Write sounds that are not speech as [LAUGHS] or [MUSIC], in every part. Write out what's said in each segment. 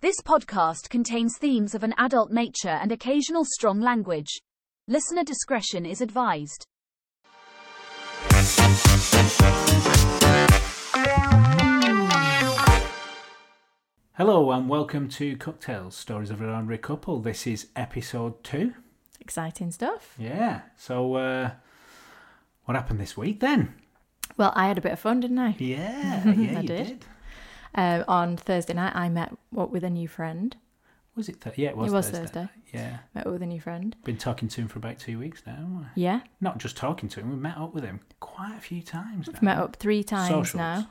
This podcast contains themes of an adult nature and occasional strong language. Listener discretion is advised. Hello and welcome to Cocktails, Stories of an Ordinary Couple. This is episode two. Exciting stuff. Yeah. So, uh, what happened this week [LAUGHS] then? Well, I had a bit of fun, didn't I? Yeah, yeah, [LAUGHS] I you did. did. Uh, on Thursday night, I met what with a new friend. Was it? Th- yeah, it was. It was Thursday. Yeah, Met up with a new friend. been talking to him for about two weeks now. haven't we? Yeah, Not just talking to him, we met up with him quite a few times. Now. I've met up three times Socials. now.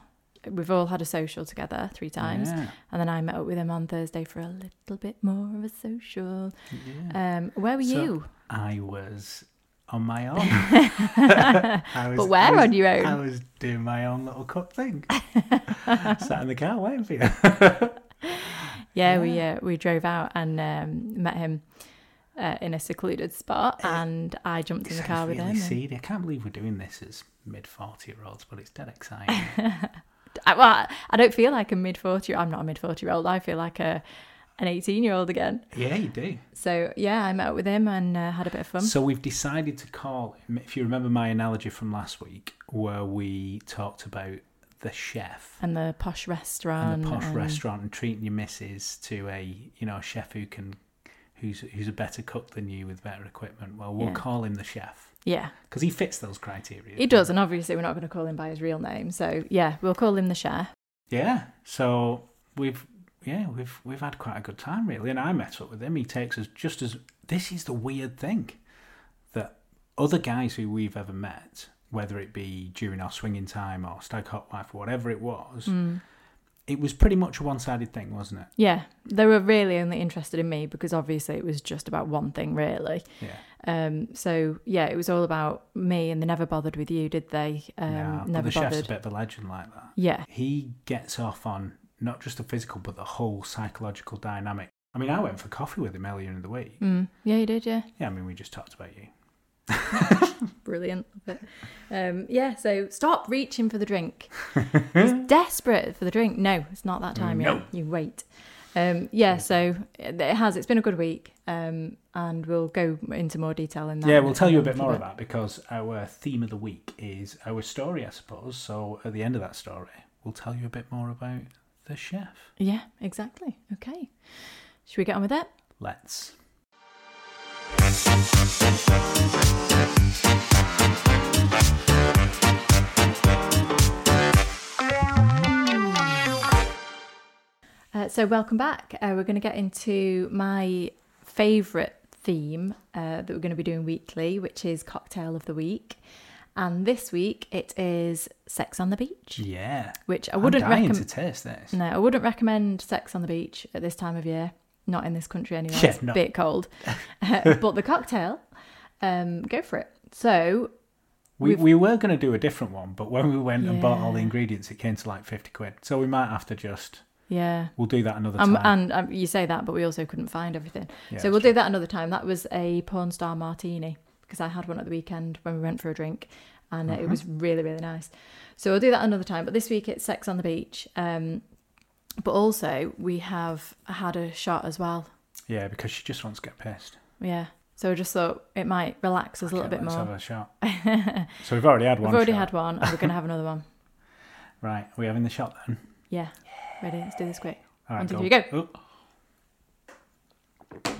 We've all had a social together three times, Yeah, and then I met up with him on Thursday for a little bit more of a social. yeah. Um, where were So- [LAUGHS] you? [LAUGHS] I was on my own. I was, But where I was- on your own? I was doing my own little cup [LAUGHS] thing. Sat in the car waiting for you. Yeah, we uh, we drove out and um, met him uh, in a secluded spot, and I jumped in the Sounds car with Eh. really him. and- seedy. I can't believe we're doing this as mid 40 year olds, but it's dead [LAUGHS] exciting. I, well, I don't feel like a mid forty. I'm not a mid forty year old. I feel like a an eighteen year old again. yeah, you do. So yeah, I met up with him and uh, had a bit of fun. So we've decided to call him, if you remember my analogy from last week, where we talked about the chef and the posh restaurant. and the posh and- restaurant and treating your missus to a, you know, a chef who can. Who's, who's a better cook than you with better equipment? Well, we'll Yeah. call him the chef Yeah, because he fits those criteria. he does, and obviously we're not going to call him by his real name. So yeah, we'll call him the chef. Yeah. So we've yeah we've we've had quite a good time really, and I met up with him. He takes us just as this is the weird thing that other guys who we've ever met, whether it be during our swinging time or stag hot wife or whatever it was, Mm. it was pretty much a one sided thing, wasn't it? Yeah, they were really only interested in me because obviously it was just about one thing, really. Yeah. Um, so yeah, it was all about me, and they never bothered with you, did they? Um, Yeah, but never the chef's a bothered. bit of a legend like that. Yeah, He gets off on not just the physical but the whole psychological dynamic. I mean, I went for coffee with him earlier in the week. mm, yeah, you did, yeah. Yeah, I mean, we just talked about you. Brilliant. Love it. Um, yeah, so stop reaching for [LAUGHS] the drink. He's desperate for the drink. No, it's not that time No. yet. You wait. Um, yeah, so it it has. It's been a good week. Um, and we'll go into more detail in that. Yeah, in we'll tell you a bit little more of that because our theme of the week is our story, I suppose. So at the end of that story, we'll tell you a bit more about the chef. Yeah, exactly. Okay. Should we get on with it? Let's. Uh, so, welcome back. Uh, we're going to get into my favourite theme uh, that we're going to be doing weekly, which is Cocktail of the Week. And this week it is Sex on the Beach. Yeah. which I I'm wouldn't Mm, dying recommend. to taste this. No, I wouldn't recommend sex on the beach at this time of year. Not in this country anyway. [LAUGHS] Yeah, it's no. a bit cold. Uh, but the cocktail, um, go for it. So We, we've- we were going to do a different one, but when we went and bought all the Yeah. ingredients, it came to like 50 quid. So we might have to just, yeah, we'll do that another um, time. and um, you say that, but we also couldn't find everything. Yeah, so that's we'll do that another time. That was a porn star martini because I had one at the weekend when we went for a drink, and Mm-hmm. uh it was really really nice. So we'll do that another time. But this week it's sex on the beach. Um, but also we have had a shot as well. yeah, because she just wants to get pissed. Yeah. So I just thought it might relax us a little Okay, bit let's more. have a shot. [LAUGHS] so we've already had one. We've already shot. had one, and we're going to have [LAUGHS] another one. Right, are we having the shot then? Yeah. Ready? Let's do this quick. All right, One, two, three, go. Oh,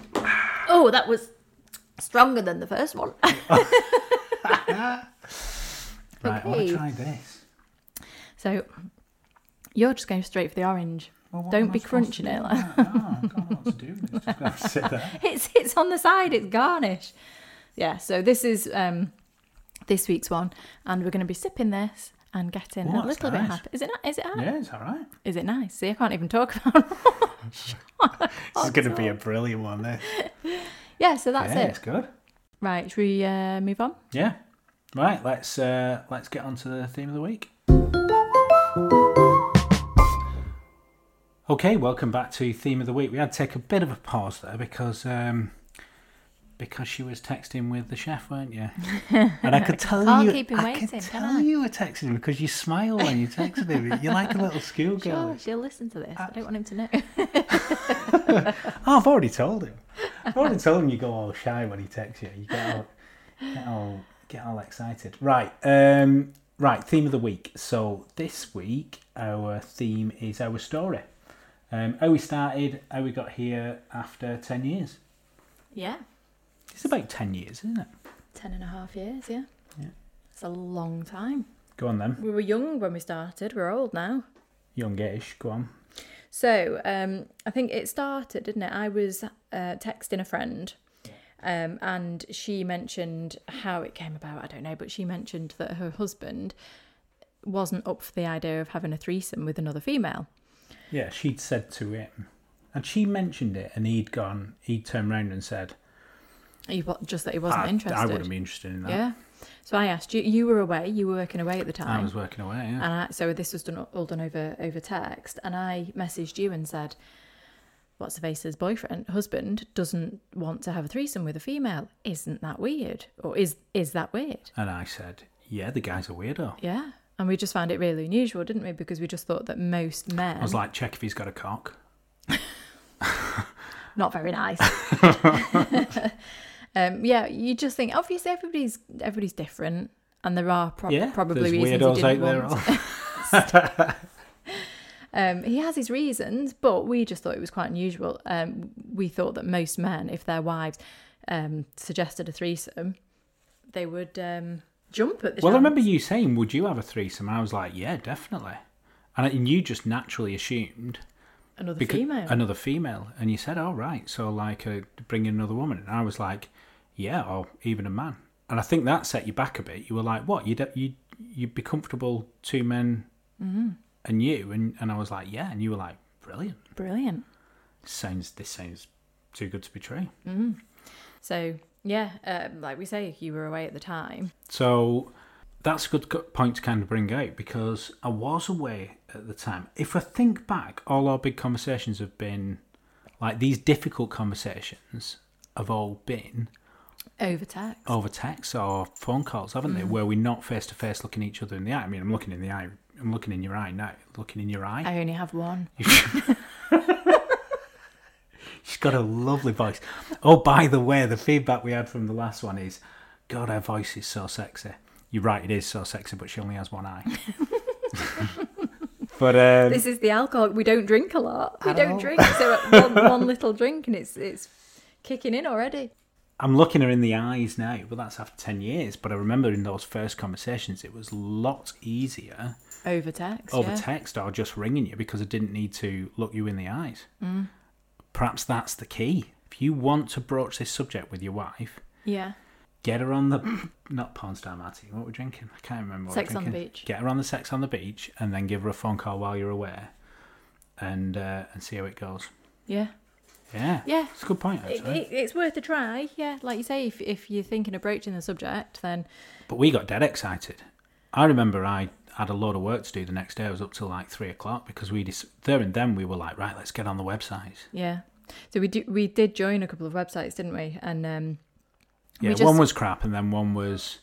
Oh, that was stronger than the first one. right, I want Okay. to try this. so you're just going straight for the orange. Well, what Don't am I be supposed to crunching do it with like- [LAUGHS] that? No, I don't know what to do with it. It's just gonna have to sit there. It's it's on the side. It's garnish. Yeah. So this is um this week's one, and we're going to be sipping this and getting Oh, a that's little bit nice. happy. Is it? Not, is it? hot? Yeah, it's all right. Is it nice? See, I can't even talk about. This is going to be a brilliant one. This. yeah. So that's yeah, it. [LAUGHS] it's good. Right. Should we uh, move on? Yeah. Right, let's uh, let's get on to the theme of the week. Okay, welcome back to theme of the week. We had to take a bit of a pause there because um, because she was texting with the chef, weren't you? And I [LAUGHS] could tell Can't you, keep him I waiting, could can tell I? you were texting him because you smile [LAUGHS] when you texted him. You're like a little schoolgirl. Sure. She'll listen to this. I don't want him to know. Oh, I've already told him. I've already told him you go all shy when he texts you. You get all, get all, get all excited. Right. Um, right. Theme of the week. So this week our theme is our story. Um, how we started, how we got here after ten years. [LAUGHS] Yeah. It's about ten years, isn't it? Ten and a half years, yeah. Yeah. It's a long time. Go on then. We were young when we started, we're old now. Youngish. Go on. So um, I think it started, didn't it? I was uh, texting a friend, um, and she mentioned how it came about. I don't know, but she mentioned that her husband wasn't up for the idea of having a threesome with another female. Yeah, she'd said to him, and she mentioned it, and he'd gone. He'd turned round and said, "Ah, He wa- just that he wasn't "I- interested. I wouldn't be interested in that. Yeah. So I asked you. You were away. You were working away at the I time. was working away. Yeah. And I, so this was done all done over over text, and I messaged you and said, "What's Vase's boyfriend husband doesn't want to have a threesome with a female? Isn't that weird? Or is is that weird? And I said, "Yeah, the guy's a weirdo." Yeah." And we just found it really unusual, didn't we? Because we just thought that most men I was like, "Check if he's got a cock." not very nice. um, yeah, you just think obviously everybody's everybody's different, and there are prob- Yeah, probably there's reasons weirdos he didn't out there. want. [LAUGHS] Um, he has his reasons, but we just thought it was quite unusual. Um, we thought that most men, if their wives um, suggested a threesome, they would um, jump at the Well, I chance. remember you saying, "Would you have a threesome?" And I was like, "Yeah, definitely." And, and you just naturally assumed another becau- female. another female, and you said, "All right, so like uh, bring in another woman." And I was like, "Yeah, or even a man." And I think that set you back a bit. You were like, "What? You'd you you'd be comfortable two men Mm-hmm. and you?" And and I was like, "Yeah," and you were like, "Brilliant." Brilliant. Sounds this sounds too good to be true. So yeah, uh, like we say, you were away at the time. So that's a good co- point to kind of bring out because I was away at the time. If I think back, all our big conversations have been like these difficult conversations have all been Over text. over text or phone calls, haven't they? Where we're not face to face looking each other in the eye. I mean, I'm looking in the eye. I'm looking in your eye now. Looking in your eye. I only have one. She's got a lovely voice. Oh, by the way, the feedback we had from the last one is, God, her voice is so sexy. You're right, it is so sexy, but she only has one eye. [LAUGHS] but um, This is the alcohol. We don't drink a lot. We At don't all. drink. So uh, [LAUGHS] one, one little drink and it's it's kicking in already. I'm looking her in the eyes now, but that's after 10 years. But I remember in those first conversations, it was a lot easier Over text. over yeah. text or just ringing you because I didn't need to look you in the eyes. Mm. Perhaps that's the key. If you want to broach this subject with your wife, Yeah. get her on the [COUGHS] not porn star martini. What we're drinking? I can't remember. What Sex we're on the drinking. beach. Get her on the sex on the beach, and then give her a phone call while you're away, and uh, and see how it goes. Yeah. Yeah, Yeah. It's a good point it, actually. it, it's worth a try. Yeah, like you say, if if you're thinking of broaching the subject, then But we got dead excited. I remember I had a load of work to do the next day. I was up till like three o'clock because we just there and then we were like, right, let's get on the website. yeah. So we do, we did join a couple of websites, didn't we? And um, Yeah, we just, one was crap, and then one was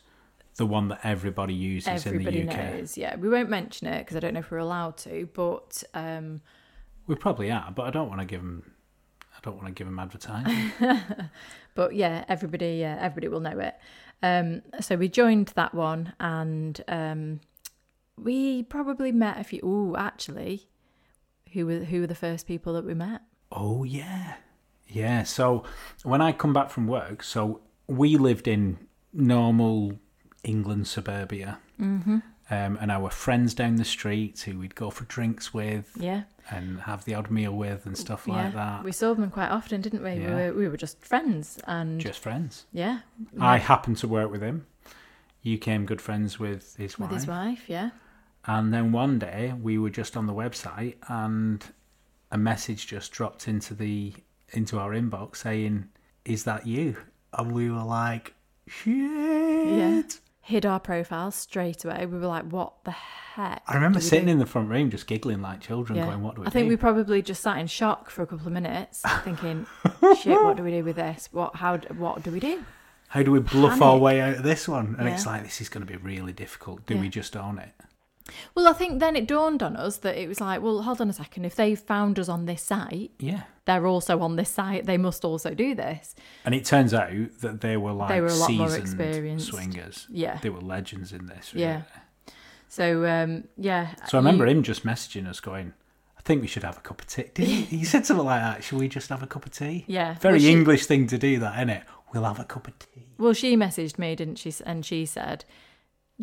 the one that everybody uses everybody in the UK. knows. Yeah, we won't mention it because I don't know if we're allowed to. But um, [LAUGHS] We probably are, but I don't want to give them. I don't want to give them advertising. but yeah, everybody yeah, everybody will know it. Um, so we joined that one, and um, we probably met a few. Oh, actually, who were who were the first people that we met? Oh yeah, yeah. So when I come back from work, so we lived in normal England suburbia, mm-hmm. um, and our friends down the street who we'd go for drinks with Yeah, and have the odd meal with and stuff like yeah. that. We saw them quite often, didn't we? Yeah. We, were, we were just friends, and Just friends. yeah, I happened to work with him. You came good friends with his with wife. his wife yeah And then one day we were just on the website and a message just dropped into the into our inbox saying, Is that you? And we were like, Shit. yeah hid our profile straight away we were like what the heck I remember do we sitting do? in the front room just giggling like children, going, What do we I think do? we probably just sat in shock for a couple [LAUGHS] of minutes thinking shit what do we do with this what how d- what do we do How do we bluff our panic. way out of this one? And Yeah. it's like, This is going to be really difficult. Do Yeah. we just own it? Well, I think then it dawned on us that it was like, well, hold on a second. If they found us on this site, Yeah. they're also on this site. They must also do this. And it turns out that they were like They were a lot more seasoned experienced. swingers. Yeah. They were legends in this. Yeah. really. So um, yeah. So I remember you- him just messaging us going, I think we should have a cup of tea. Did he? he said something like that. Should we just have a cup of tea? Yeah, Very well, she- English thing to do that, innit? We'll have a cup of tea. Well, she messaged me, didn't she? And she said,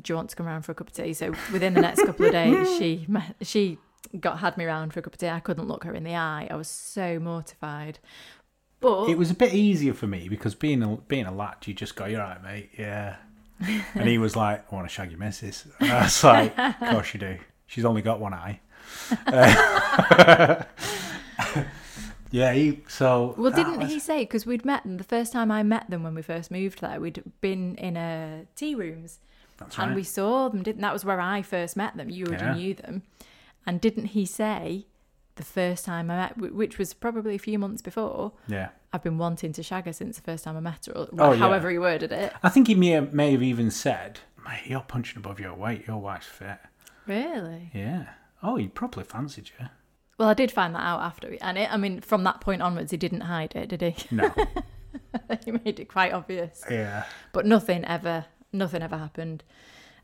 "Do you want to come round for a cup of tea?" So within the next couple of [LAUGHS] days, she me- she got had me round for a cup of tea. I couldn't look her in the eye. I was so mortified. But It was a bit easier for me because being a, being a lad, you just go, you're right, mate. Yeah. And he was like, I want to shag your missus. [LAUGHS] And I was like, of course you do. She's only got one eye. [LAUGHS] Uh, yeah, he, so. Well, that didn't was- he say? Because we'd met them the first time I met them when we first moved there. We'd been in a tea rooms, That's and right. we saw them. Didn't that was where I first met them? You already Yeah. knew them, and didn't he say the first time I met, wh- which was probably a few months before, Yeah. I've been wanting to shag her since the first time I met her, or Oh, yeah. however he worded it. I think he may, may have even said, mate, you're punching above your weight. Your wife's fit. Really? Yeah. Oh, he probably fancied you. Well, I did find that out after, we, and it, I mean, from that point onwards, he didn't hide it, did he? [LAUGHS] No. he made it quite obvious. yeah. But nothing ever, nothing ever happened.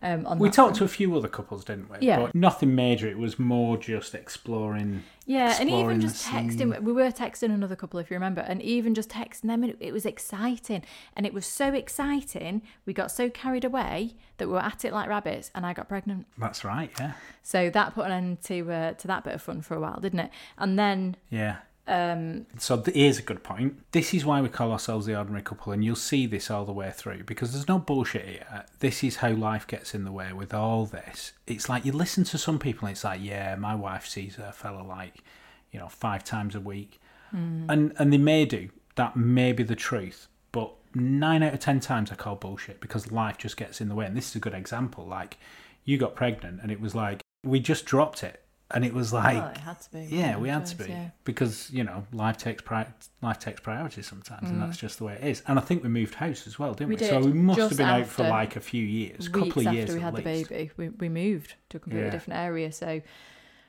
Um, on We that talked to a few other couples, didn't we? Yeah. But nothing major. It was more just exploring. Yeah, and exploring even the just texting, we were texting another couple, if you remember, and even just texting them, it, it was exciting. And it was so exciting, we got so carried away that we were at it like rabbits, and I got pregnant. That's right. Yeah. So that put an end to, uh, to that bit of fun for a while, didn't it? And then, Yeah. um, So th- here's a good point. This is why we call ourselves the ordinary couple, and you'll see this all the way through because there's no bullshit here. This is how life gets in the way with all this. It's like you listen to some people, and it's like, yeah, my wife sees her fella like, you know, five times a week, and and they may do. That may be the truth, but nine out of ten times I call bullshit because life just gets in the way. And this is a good example. Like, you got pregnant, and it was like we just dropped it, and it was like. well, it had to be. Yeah, no we had choice, to be yeah. because you know life takes pri- life takes priority sometimes, and that's just the way it is. And I think we moved house as well, didn't we? Mm. We So did, we must have just been out for after- like a few years, Weeks couple of years after we at had the least. baby, we, we moved to a completely Yeah. different area. So,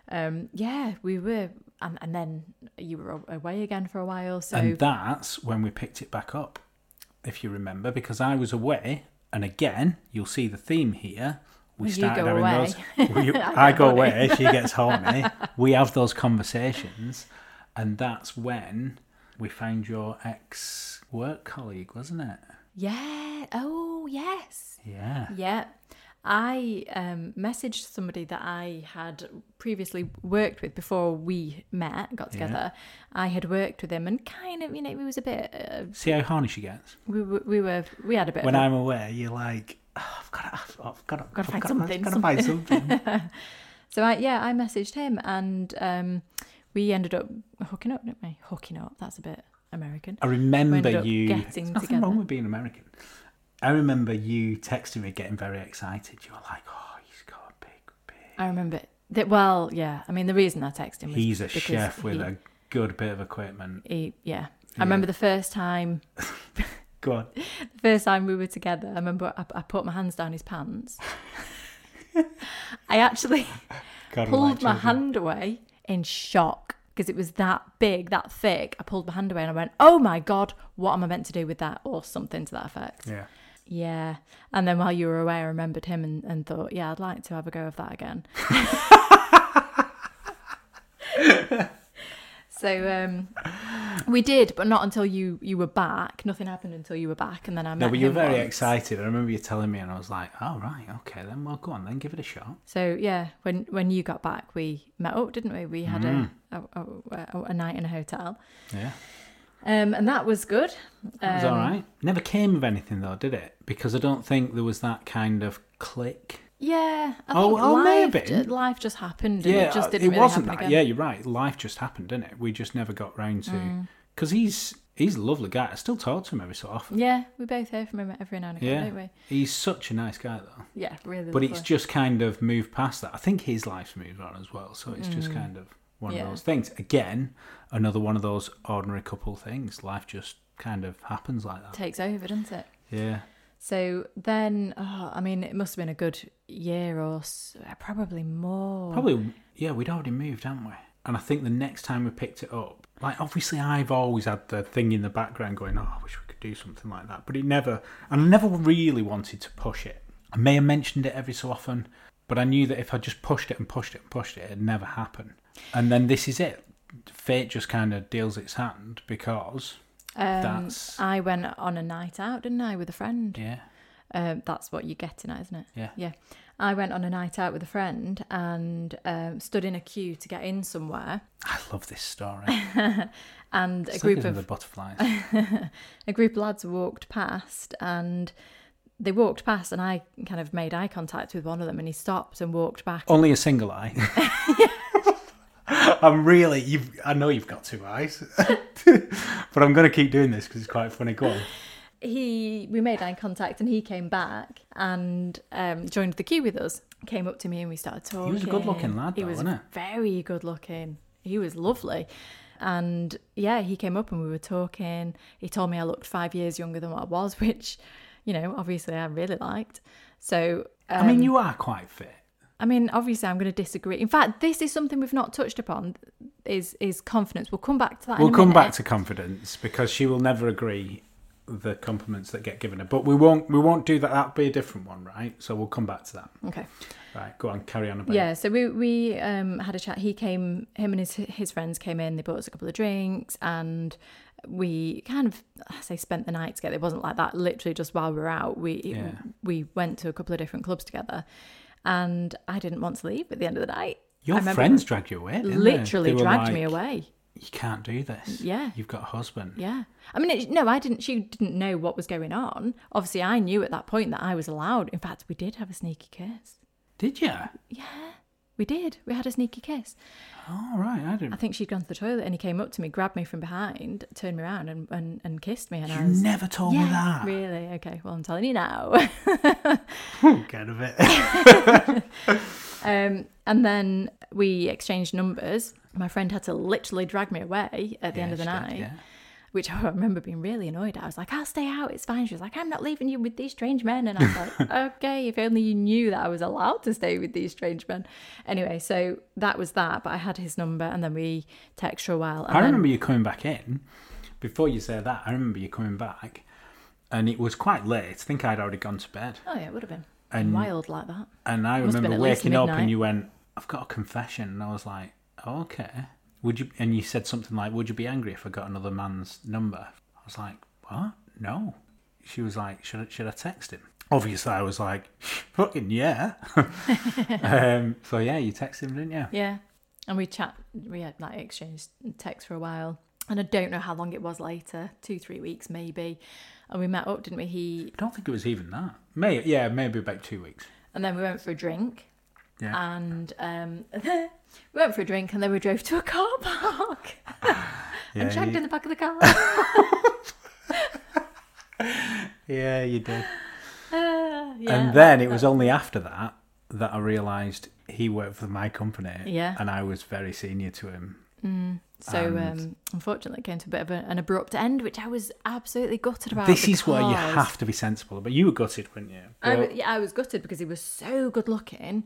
um, yeah, we were, and, and then you were a- away again for a while. So And that's when we picked it back up, if you remember, because I was away, and again you'll see the theme here. We You started go having away. [LAUGHS] those. [LAUGHS] we- I, go away, she gets horny. we have those conversations, and that's when we found your ex work colleague, wasn't it? Yeah. Oh, yes. Yeah. Yeah. I um, messaged somebody that I had previously worked with before we met, got together. I had worked with him, and kind of, you know, we was a bit, uh, See how horny she gets. we, were- we were, we had a bit. when of a- I'm away, you're like, "Oh, I've got to, I've, I've got to, Uh, Gotta find something, Got to find [LAUGHS] something. so I, yeah, I messaged him, and um, we ended up hooking up, didn't we? Hooking up. That's a bit American. I We ended remember up you. getting There's nothing together. wrong with being American. I remember you texting me, getting very excited. You were like, "Oh, he's got a big big. I remember that. Well, yeah. I mean, the reason I texted him was He's a because chef with he- a good bit of equipment. he- yeah. I remember the first time Go on. first time we were together, I remember I, I put my hands down [LAUGHS] his pants. I actually God, I pulled like my children. hand away in shock because it was that big, that thick. I pulled my hand away and I went, "Oh my god, what am I meant to do with that?" or something to that effect. Yeah. Yeah. And then while you were away, I remembered him and, and thought, "Yeah, I'd like to have a go of that [LAUGHS] again." so um, we did, but not until you you were back. Nothing happened until you were back, and then I met. No, but you were him very once. excited. I remember you telling me, and I was like, "Oh right, okay then. Well, go on then, give it a shot." So yeah, when when you got back, we met up, didn't we? We had Mm. a, a, a a night in a hotel, Yeah. um, and that was good. Um, It was all right. Never came of anything though, did it? Because I don't think there was that kind of click. Yeah. I Oh, think oh, life, maybe. uh, ju- life just happened. And it just didn't really wasn't happen that. again. Yeah, you're right. Life just happened, didn't it? We just never got round Mm. to. Because he's he's a lovely guy. I still talk to him every so often. Yeah, we both hear from him every now and again, Yeah, don't we? he's such a nice guy though. Yeah, really. But it's lovely. just kind of moved past that. I think his life's moved on as well. So it's just kind of one Mm. Yeah. of those things. Again, another one of those ordinary couple things. Life just kind of happens like that. takes over, doesn't it? Yeah. So then, oh, I mean, it must have been a good year or so, probably more. Probably, yeah, we'd already moved, hadn't we? And I think the next time we picked it up, like obviously I've always had the thing in the background going, oh, I wish we could do something like that. But it never, and I never really wanted to push it. I may have mentioned it every so often, but I knew that if I just pushed it and pushed it and pushed it, it'd never happen. And then this is it. Fate just kind of deals its hand because Um, that's, I went on a night out, didn't I, with a friend? yeah, Um, that's what you're getting at, isn't it? Yeah. Yeah. I went on a night out with a friend and um, stood in a queue to get in somewhere, I love this [LAUGHS] story. and a It's group like of the butterflies. [LAUGHS] a group of lads walked past and they walked past and I kind of made eye contact with one of them and he stopped and walked back. Only a single eye. [LAUGHS] I'm really you've I know you've got two eyes. [LAUGHS] but I'm going to keep doing this because it's quite funny. Go on. He we made eye contact and he came back and um, joined the queue with us. Came up to me and we started talking. He was a good-looking lad He though, was wasn't very good looking. He was lovely. And yeah, he came up and we were talking. He told me I looked five years younger than what I was, [LAUGHS] which, you know, obviously I really liked. So um, I mean, you are quite fit. I mean, obviously, I'm going to disagree. In fact, this is something we've not touched upon. Is is confidence? We'll come back to that. We'll in a come minute. back to confidence because she will never agree the compliments that get given her. But we won't we won't do that. That'll be a different one, right? So we'll come back to that. Okay. Right, go on, carry on about Yeah. So we we um, had a chat. He came. Him and his his friends came in. They bought us a couple of drinks, and we kind of I say spent the night together. It wasn't like that. Literally, just while we were out, we Yeah. we went to a couple of different clubs together, and I didn't want to leave at the end of the night. I Your remember friends dragged you away. didn't they? literally They were dragged me like, away. You can't do this. Yeah. You've got a husband. Yeah. I mean, it, no, I didn't. She didn't know what was going on. Obviously, I knew at that point that I was allowed. In fact, we did have a sneaky kiss. Did you? We did. We had a sneaky kiss. Oh, right. I didn't. I think she'd gone to the toilet and he came up to me, grabbed me from behind, turned me around and, and, and kissed me. And I You was. never told me Yeah, that. really? Okay. Well, I'm telling you now. [LAUGHS] Hmm, Get of it. Um, and then we exchanged numbers. My friend had to literally drag me away at the end of the she did, night. yeah. which [LAUGHS] I remember being really annoyed. I was like, I'll stay out, it's fine. She was like, I'm not leaving you with these strange men. And I was [LAUGHS] like, okay, if only you knew that I was allowed to stay with these strange men. Anyway, so that was that, but I had his number and then we text for a while. And I then, remember you coming back in. Before you say that, I remember you coming back, and it was quite late. I think I'd already gone to bed, Oh, yeah, it would have been And- wild like that. and I Must have been remember at least waking up, and midnight. you went, "I've got a confession," and I was like, "Okay." Would you? And you said something like, "Would you be angry if I got another man's number?" I was like, "What? No." She was like, "Should I, should I text him?" Obviously, I was like, [LAUGHS] "Fucking [LAUGHS] yeah." um, so yeah, you texted him, didn't you? Yeah. And we chat, we had like exchanged texts for a while. And I don't know how long it was later, two, three weeks maybe. And we met up, didn't we? He I don't think it was even that. May yeah, maybe about two weeks. and then we went for a drink. Yeah. and um, [LAUGHS] we went for a drink and then we drove to a car [LAUGHS] park and Yeah, shagged you- in the back of [LAUGHS] the car. [LAUGHS] yeah, you did. Uh, yeah. and then it was only after that that I realised he worked for my company. Yeah. And I was very senior to him. so um, unfortunately, it came to a bit of a, an abrupt end, which I was absolutely gutted about. this is where you because- have to be sensible. But you were gutted, weren't you? I, But wa- yeah, I was gutted because he was so good looking,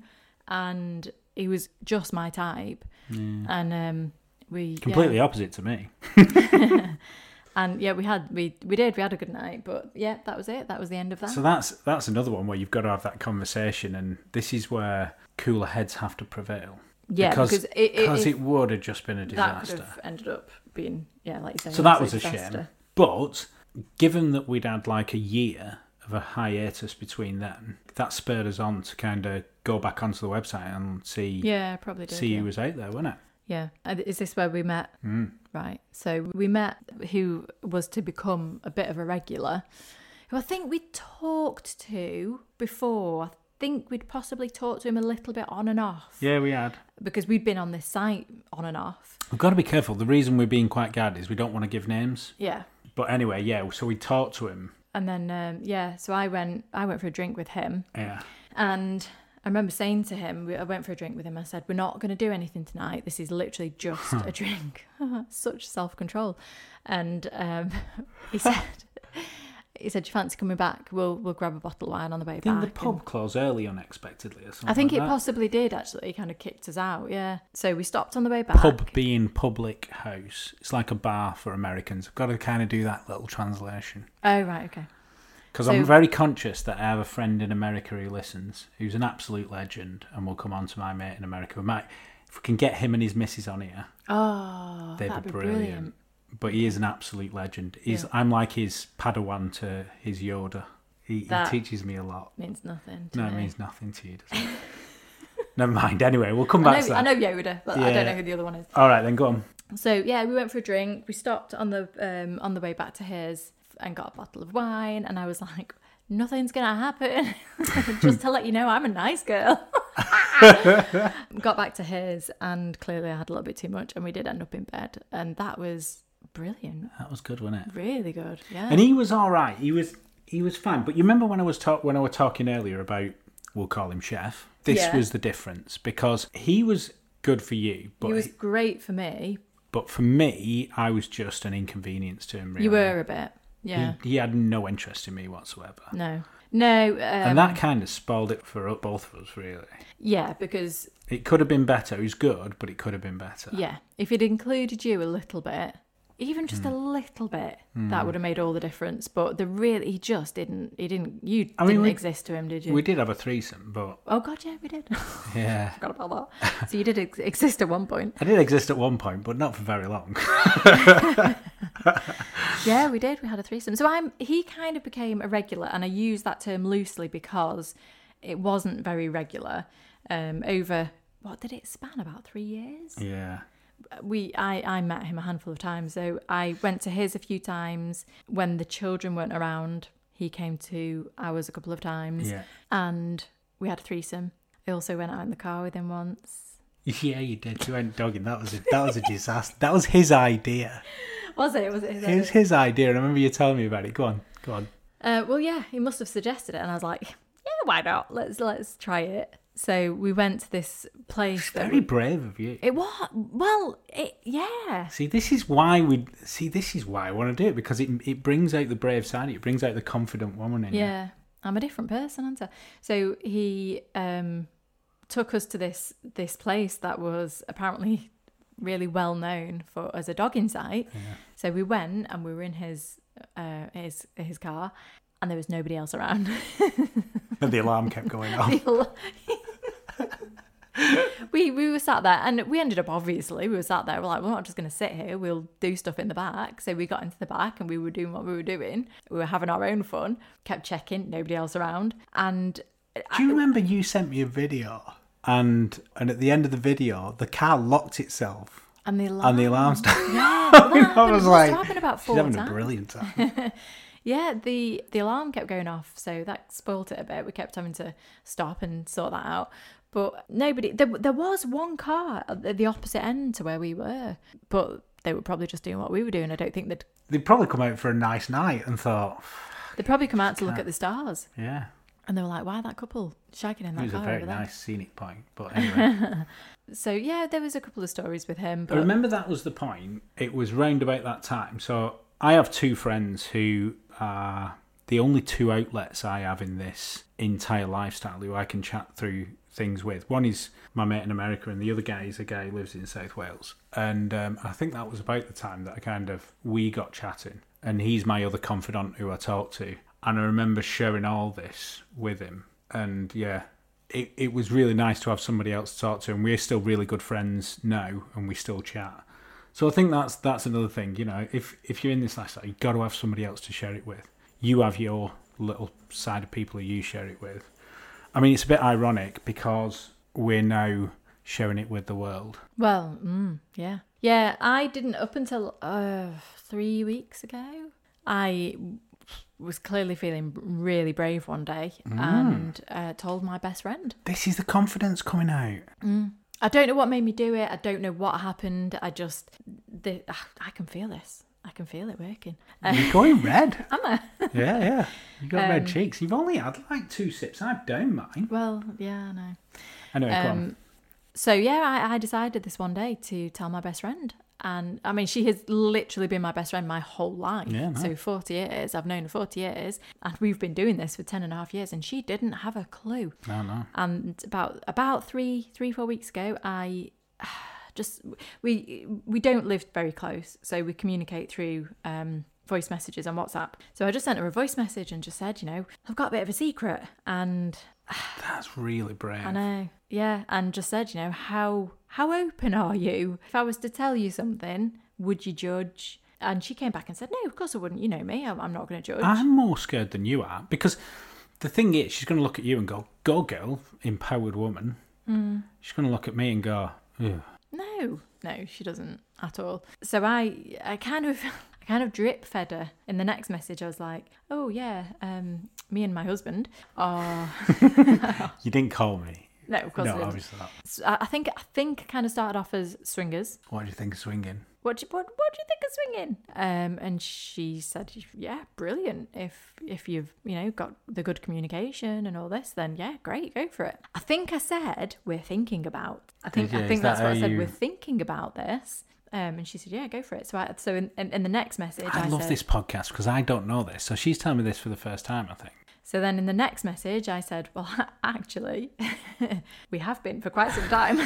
and he was just my type, and um, we yeah. completely opposite to me. and yeah, we had we we did we had a good night, but yeah, that was it. That was the end of that. So that's that's another one where you've got to have that conversation, and this is where cooler heads have to prevail. yeah, because, it, it, because it- it would have just been a that could disaster. have ended up being yeah, like you said. So that was a shame. But given that we'd had like a year of a hiatus between them, that spurred us on to kind of go back onto the website and see Yeah, probably did. see Hmm. yeah. who was out there, wasn't it? yeah. And Is this where we met? Right. So we met who was to become a bit of a regular, who I think we talked to before. I think we'd possibly talked to him a little bit on and off Yeah, we had. because we'd been on this site on and off. We've got to be careful. The reason we're being quite guarded is we don't want to give names. Yeah. But anyway, yeah. So we talked to him. And then um, yeah, so I went I went for a drink with him Yeah. And I remember saying to him, we- I went for a drink with him. I said, We're not going to do anything tonight. This is literally just a [LAUGHS] drink. Such self control. And um, he said, he said, "Do you fancy coming back? We'll we'll grab a bottle of wine on the way Didn't back." the and- pub close early unexpectedly or something? I think like it that? possibly did actually. He kind of kicked us out. Yeah. So we stopped on the way back. Pub being public house. It's like a bar for Americans. I've got to kind of do that little translation. Oh right. Okay. Because So- I'm very conscious that I have a friend in America who listens, who's an absolute legend, and will come on to my mate in America. We might, if we can get him and his missus on here, Oh, they'd that'd be be brilliant. brilliant. But he is an absolute legend. He's, Yeah. I'm like his Padawan to his Yoda. He, he That- teaches me a lot. Means nothing. To No, it me. means nothing to you, [LAUGHS] does it? Never mind. Anyway, we'll come I back know, to I that. know Yoda, but I Yeah. don't know who the other one is. All right, then go on. So yeah, we went for a drink. We stopped on the um, on the way back to his and got a bottle of wine. And I was like, nothing's gonna happen. [LAUGHS] Just to let you know, I'm a [LAUGHS] nice girl. got back to his, and clearly I had a little bit too much, and we did end up in bed, and that was brilliant, That was good, wasn't it? really good. Yeah. And he was all right. He was he was fine. But you remember when I was talk when I was talking earlier about we'll call him chef. This Yeah. was the difference because he was good for you, but he was great for me. but for me, I was just an inconvenience to him. Really. You were a bit, yeah. He, he had no interest in me whatsoever. No, no, um, and that kind of spoiled it for both of us, really. yeah, because It could have been better. It was good, but it could have been better. yeah, if it included you a little bit, even just a Hmm. little bit, that would have made all the difference. But the really, he just didn't. He didn't. You I mean, didn't we- exist to him, did you? We did have a threesome, but oh God, yeah, we did. [LAUGHS] yeah. Forgot about that. [LAUGHS] So you did ex- exist at one point. I did exist at one point, but not for very long. [LAUGHS] Yeah, we did. We had a threesome. So I'm. He kind of became a regular, and I use that term loosely because it wasn't very regular. Um, over what did it span? About three years. yeah. we I, I met him a handful of times so i went to his a few times when the children weren't around he came to ours a couple of times Yeah. and we had a threesome i also went out in the car with him once Yeah, you did. You went dogging. That was a, that was a disaster. That was his idea. was it was it his It was his idea. I remember you telling me about it. Go on, go on. Uh, well, yeah, he must have suggested it, and I was like, yeah, why not? Let's let's try it. So we went to this place. That Very brave of you. it was well, it yeah. See, this is why we see. This is why I want to do it because it it brings out the brave side. It brings out the confident woman in you. Yeah, I'm a different person, aren't I? So he um, took us to this this place that was apparently really well known for as a dogging site. So we went and we were in his uh, his his car, and there was nobody else around. [LAUGHS] And the alarm kept going off. we we were sat there and we ended up obviously we were sat there we're like we're not just going to sit here we'll do stuff in the back so we got into the back and we were doing what we were doing we were having our own fun kept checking nobody else around and [LAUGHS] Do you remember you sent me a video and and at the end of the video the car locked itself and the alarm and the alarm started. [LAUGHS] yeah that happened, I was must like, have happened about she's four having a times. brilliant time. yeah the the alarm kept going off so that spoilt it a bit we kept having to stop and sort that out but nobody there, there was one car at the opposite end to where we were but they were probably just doing what we were doing i don't think they'd They'd probably come out for a nice night and thought, They probably come out to look at the stars, yeah, and they were like, "Why that couple shagging in it that was a car very over there?" nice scenic point. But anyway, So yeah, there was a couple of stories with him, I but remember that was the point. It was round about that time. So I have two friends who are the only two outlets I have in this entire lifestyle who I can chat through things with. One is my mate in America, and the other guy is a guy who lives in South Wales. And um, I think that was about the time that I kind of we got chatting, and he's my other confidant who I talk to. And I remember sharing all this with him, and yeah, it, it was really nice to have somebody else to talk to, and we're still really good friends now, and we still chat. So I think that's that's another thing, you know. If if you're in this lifestyle, you've got to have somebody else to share it with. You have your little side of people who you share it with. I mean, it's a bit ironic because we're now sharing it with the world. well, mm, yeah, yeah. I didn't up until uh, three weeks ago. I was clearly feeling really brave one day, and uh, told my best friend. This is the confidence coming [LAUGHS] out. I don't know what made me do it. I don't know what happened. I just, the, I can feel this. I can feel it working. Uh, You're going red. Am I? yeah, yeah. You got Um, red cheeks. You've only had like two sips. I've down mine. Well, yeah, I know. Anyway, go on. Um, so yeah, I, I decided this one day to tell my best friend, And I mean, she has literally been my best friend my whole life. Yeah, So nice. 40 years. I've known her 40 years. And we've been doing this for 10 and a half years. And she didn't have a clue No, no. and about about three three four weeks ago i [SIGHS] just we we don't live very close so we communicate through um voice messages on whatsapp so i just sent her a voice message and just said you know i've got a bit of a secret and That's really brave. i know yeah and just said you know how how open are you if i was to tell you something would you judge and she came back and said no of course i wouldn't you know me i'm, I'm not going to judge I'm more scared than you are because the thing is, she's going to look at you and go, "Go, girl, empowered woman." Mm. She's going to look at me and go, "Ugh." No, no, she doesn't at all. So I, I kind of, [LAUGHS] I kind of drip fed her. In the next message, I was like, "Oh yeah, um, me and my husband are." "You didn't call me." No, of course. I, No, didn't. obviously not. So I I think I think I kind of started off as swingers. What do you think of swinging? What do you, what, what do you think of swinging? Um, and she said, "Yeah, brilliant. If if you've you know got the good communication and all this, then yeah, great, go for it." I think I said we're thinking about. I think Did you? I Is think that that's what I how said. you- We're thinking about this. Um, and she said, "Yeah, go for it." So I so in, in, in the next message, I, I love said, this podcast because I don't know this, so she's telling me this for the first time. I think. So then in the next message, I said, "Well, [LAUGHS] actually, [LAUGHS] we have been for quite some [LAUGHS] time."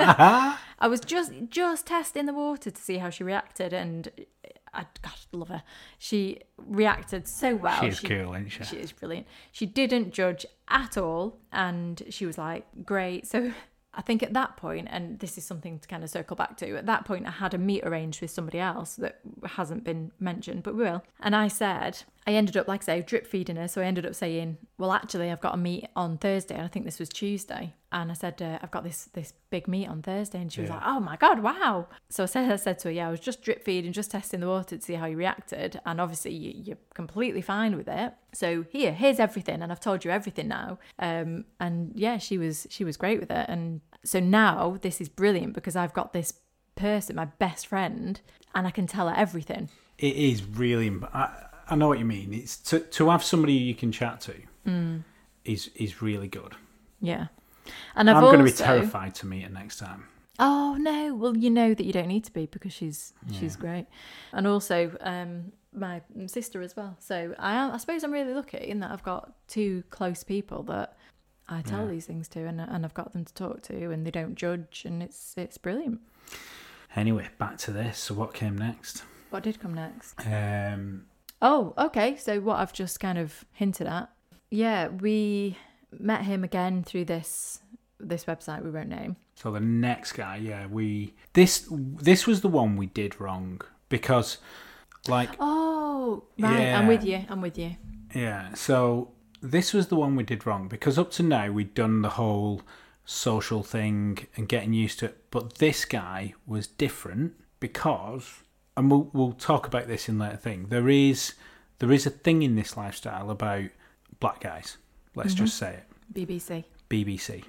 I was just just testing the water to see how she reacted, and uh, I gosh, love her. She reacted so well. She is cool, isn't she? She is brilliant. She didn't judge at all, and she was like, "Great." So. I think at that point, and this is something to kind of circle back to, at that point, I had a meet arranged with somebody else that hasn't been mentioned, but we will. And I said, I ended up, like I say, drip feeding her. So I ended up saying, Well, actually, I've got a meet on Thursday. And I think this was Tuesday. And I said, uh, I've got this this big meet on Thursday. And she was Yeah. like, Oh my God, wow. So I said, I said to her, Yeah, I was just drip feeding, just testing the water to see how you reacted. And obviously, you, you're completely fine with it. So here, here's everything. And I've told you everything now. Um, and yeah, she was she was great with it. And so now this is brilliant because I've got this person, my best friend, and I can tell her everything. It is really. imp- I, I know what you mean. It's to to have somebody you can chat to Mm. is is really good. Yeah. And I've I'm also, going to be terrified to meet her next time. Oh no! Well, you know that you don't need to be because she's she's great, and also um, my sister as well. So I am, I suppose I'm really lucky in that I've got two close people that I tell Yeah. these things to, and and I've got them to talk to, and they don't judge, and it's it's brilliant. Anyway, back to this. So what came next? What did come next? Um, Oh, okay. So what I've just kind of hinted at. Yeah, we met him again through this this website we won't name. so the next guy, yeah, we this this was the one we did wrong because, like, Oh, right. I'm Yeah. with you. I'm with you. yeah. So this was the one we did wrong because up to now we'd done the whole social thing and getting used to it, but this guy was different because, and we'll we'll talk about this in later thing. There is there is a thing in this lifestyle about black guys. Let's just say it. BBC. [LAUGHS] BBC.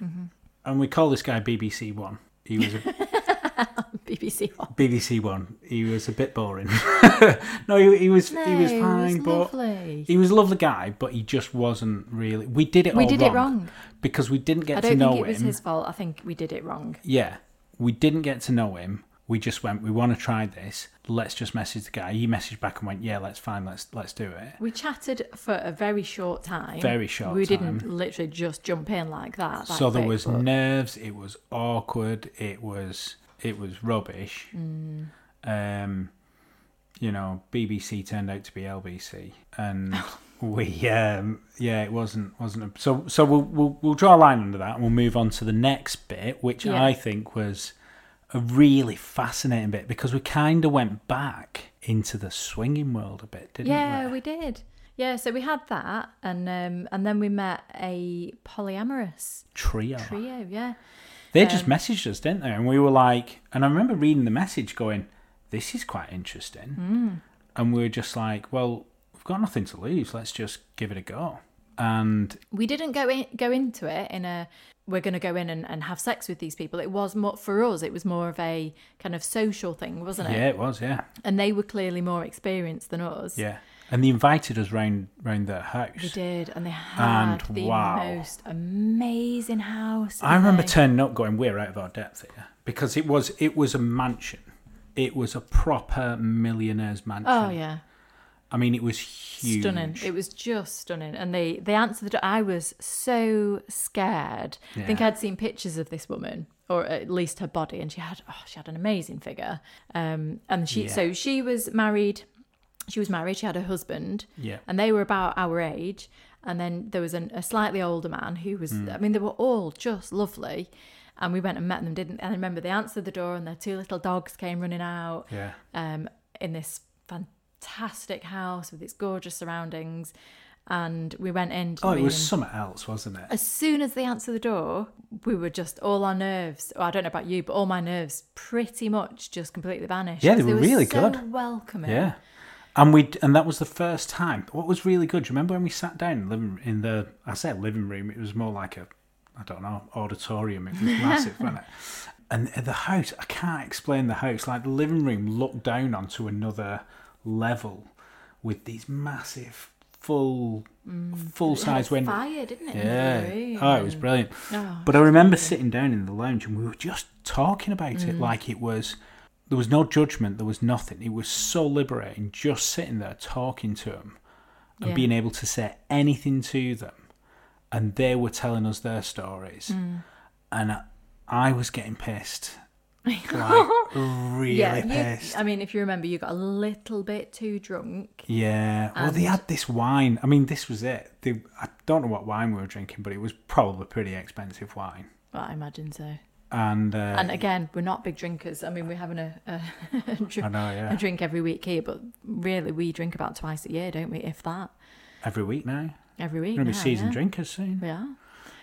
And we call this guy BBC One. He was a BBC One. BBC One. He was a bit boring. [LAUGHS] no, he, he was he was fine, but he was a lovely guy, but he just wasn't really. We did it. we all did wrong it wrong. because we didn't get I to don't know think it was him. his fault. I think we did it wrong. Yeah, we didn't get to know him. We just went. We want to try this. Let's just message the guy. He messaged back and went, "Yeah, let's fine. Let's let's do it." We chatted for a very short time. Very short We didn't literally just jump in like that. that so there quick, was but- nerves it was awkward it was it was rubbish Mm. um you know bbc turned out to be lbc and Oh. [LAUGHS] we um yeah it wasn't wasn't a, so so we'll, we'll we'll draw a line under that and we'll move on to the next bit which Yeah. i think was a really fascinating bit because we kind of went back into the swinging world a bit didn't Yeah, we we did. Yeah, so we had that, and um, and then we met a polyamorous trio trio. Yeah, They just messaged us, didn't they? And we were like, and I remember reading the message going, this is quite interesting. Hmm. And we were just like, well, we've got nothing to lose. Let's just give it a go. And we didn't go in, go into it in a we're going to go in and, and have sex with these people. It was more for us. It was more of a kind of social thing, wasn't it? yeah, it was, yeah. And they were clearly more experienced than us. Yeah. And they invited us round, round their They house. did, and they had And the wow. most amazing house. I remember didn't turning up going, we're out of our depth here. Because it was, it was a mansion. it was a proper millionaire's mansion. Oh yeah, I mean, it was huge. stunning. It was just stunning, and they they answered the door. I was so scared. I think Yeah. I'd seen pictures of this woman, or at least her body, and she had oh, she had an amazing figure. Um, and she Yeah. so she was married. She was married. She had a husband. Yeah. and they were about our age. And then there was an, a slightly older man who was, Hmm. I mean, they were all just lovely. And we went and met them, didn't? And I remember they answered the door, and their two little dogs came running out Yeah. um, in this fantastic house with its gorgeous surroundings. And we went in. didn't Oh, we, it was and something else, wasn't it? as soon as they answered the door, we were just all our nerves. Well, I don't know about you, but all my nerves pretty much just completely vanished. Yeah, they 'cause were really so good. Welcoming. Yeah. And we and that was the first time. What was really good? Do you remember when we sat down in the living in the I said living room, it was more like a I don't know, auditorium. It [LAUGHS] was massive, wasn't it? And the house, I can't explain the house. Like the living room looked down onto another level with these massive full full size windows. Mm. Fire, didn't it? in the Yeah. room? Oh, it was brilliant. Oh, But I remember [LAUGHS] sitting down in the lounge and we were just talking about Mm. it like it was there was no judgment, there was nothing. It was so liberating just sitting there talking to them and Yeah. being able to say anything to them. And they were telling us their stories. Mm. And I, I was getting [LAUGHS] pissed. Like, really yeah, you, um, pissed. I mean, if you remember, you got a little bit too drunk. Yeah. Well, they And- had this wine. I mean, this was it. They, I don't know what wine we were drinking, but it was probably pretty expensive wine. Well, I imagine so. And, uh, And again, we're not big drinkers. I mean, we're having a, a, [LAUGHS] a, dr- I know, yeah. a drink every week here, but really, we drink about twice a year, don't we? If that, every week now. every week. We're going to now, be seasoned yeah. drinkers soon. Yeah.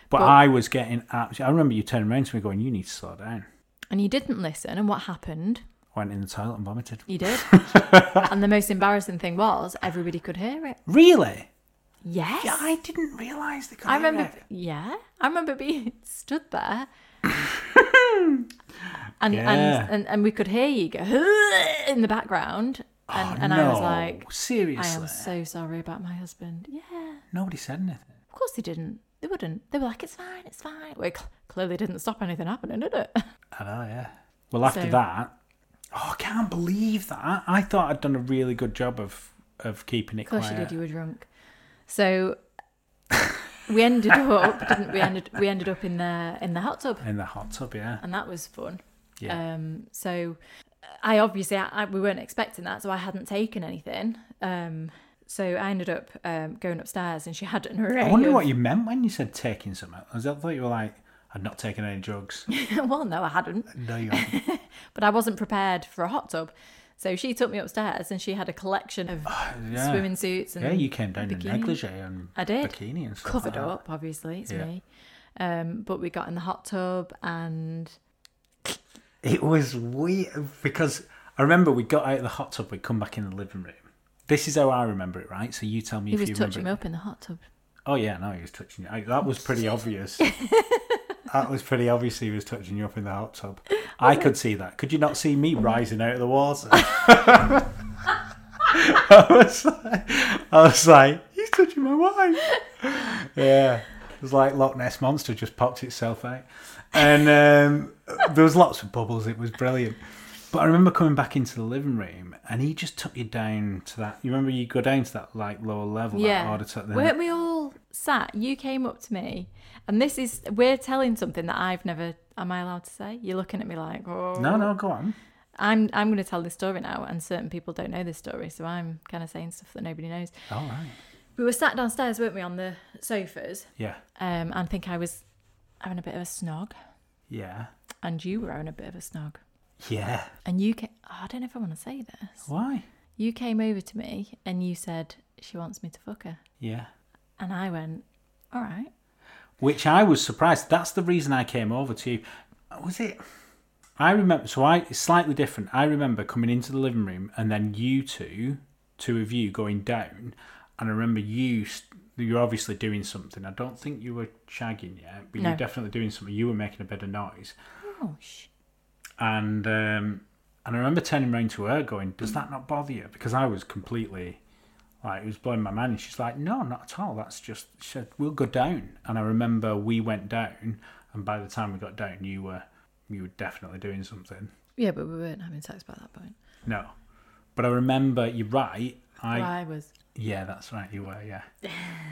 But, But- I was getting absolutely. I remember you turning around to me going, You need to slow down. And you didn't listen. And what happened? Went in the toilet and vomited. [LAUGHS] You did. and the most embarrassing thing was everybody could hear it. Really? Yes. Yeah, I didn't realise the I remember. Yeah, I remember being [LAUGHS] stood [LAUGHS] there, and, Yeah. and and and we could hear you go [LAUGHS] in the background, and Oh, and I was like, I Seriously. am so sorry about my husband. Yeah, Nobody said anything. of course they didn't. They wouldn't. They were like, it's fine, it's fine. Well, it cl- clearly didn't stop anything happening, did it? I know, yeah. Well, after So- that, oh, I can't believe that. I, I thought I'd done a really good job of of keeping it Of course quiet. you did. You were drunk. So we [LAUGHS] ended up, didn't we? Ended we ended up in the in the hot tub. In the hot tub, yeah. and that was fun. Yeah. Um, so I obviously I, I, we weren't expecting that, so I hadn't taken anything. Um, so I ended up um, going upstairs, and she had [LAUGHS] an array. I wonder of, what you meant when you said taking something. I thought you were like, I'd not taken any [LAUGHS] drugs. well, no, I hadn't, no, you haven't. but I wasn't prepared for a hot tub. So she took me upstairs, and she had a collection of Oh, Yeah. swimming suits. And Yeah, you came down in bikini. negligee and I did. bikini and stuff. like covered that. up, obviously. It's Yeah. me. Um, but we got in the hot tub, and It was weird because I remember we got out of the hot tub, we'd come back in the living room. This is how I remember it, right? So you tell me he if was you touching remember. me it. up in the hot tub. Oh yeah, no, he was touching you. I- That was pretty obvious. that was pretty obvious. He was touching you up in the hot tub. I could see that. Could you not see me rising out of the water? [LAUGHS] I was like, I was like, he's touching my wife. Yeah, it was like Loch Ness monster just popped itself out, and um, there was lots of bubbles. It was brilliant. But I remember coming back into the living room, and he just took you down to that. You remember you go down to that like lower level, that Yeah. auditor. Weren't we all sat? You came up to me, and this is we're telling something that I've never. Am I allowed to say? You're looking at me like, oh. No, no, go on. I'm I'm going to tell this story now, and certain people don't know this story, so I'm kind of saying stuff that nobody knows. All right. We were sat downstairs, weren't we, on the sofas? Yeah. Um, and I think I was having a bit of a snog, Yeah. and you were having a bit of a snog, Yeah. and you came. Oh, I don't know if I want to say this. Why? You came over to me, and you said she wants me to fuck her, Yeah. and I went, all right. Which I was surprised. That's the reason I came over to you. Was it? I remember. So I it's slightly different. I remember coming into the living room and then you two, two of you going down, and I remember you. s- You were obviously doing something. I don't think you were shagging yet, but you No. were definitely doing something. You were making a bit of noise, Oh sh. and um, and I remember turning round to her, going, "Does that not bother you?" Because I was completely like it was blowing my mind, and she's like, "No, not at all. That's just," she said, "We'll go down." And I remember we went down, and by the time we got down, you were you were definitely doing something. Yeah, but we weren't having sex by that point. No. But I remember, you're right. I I was. Yeah, that's right. You were, [LAUGHS] yeah.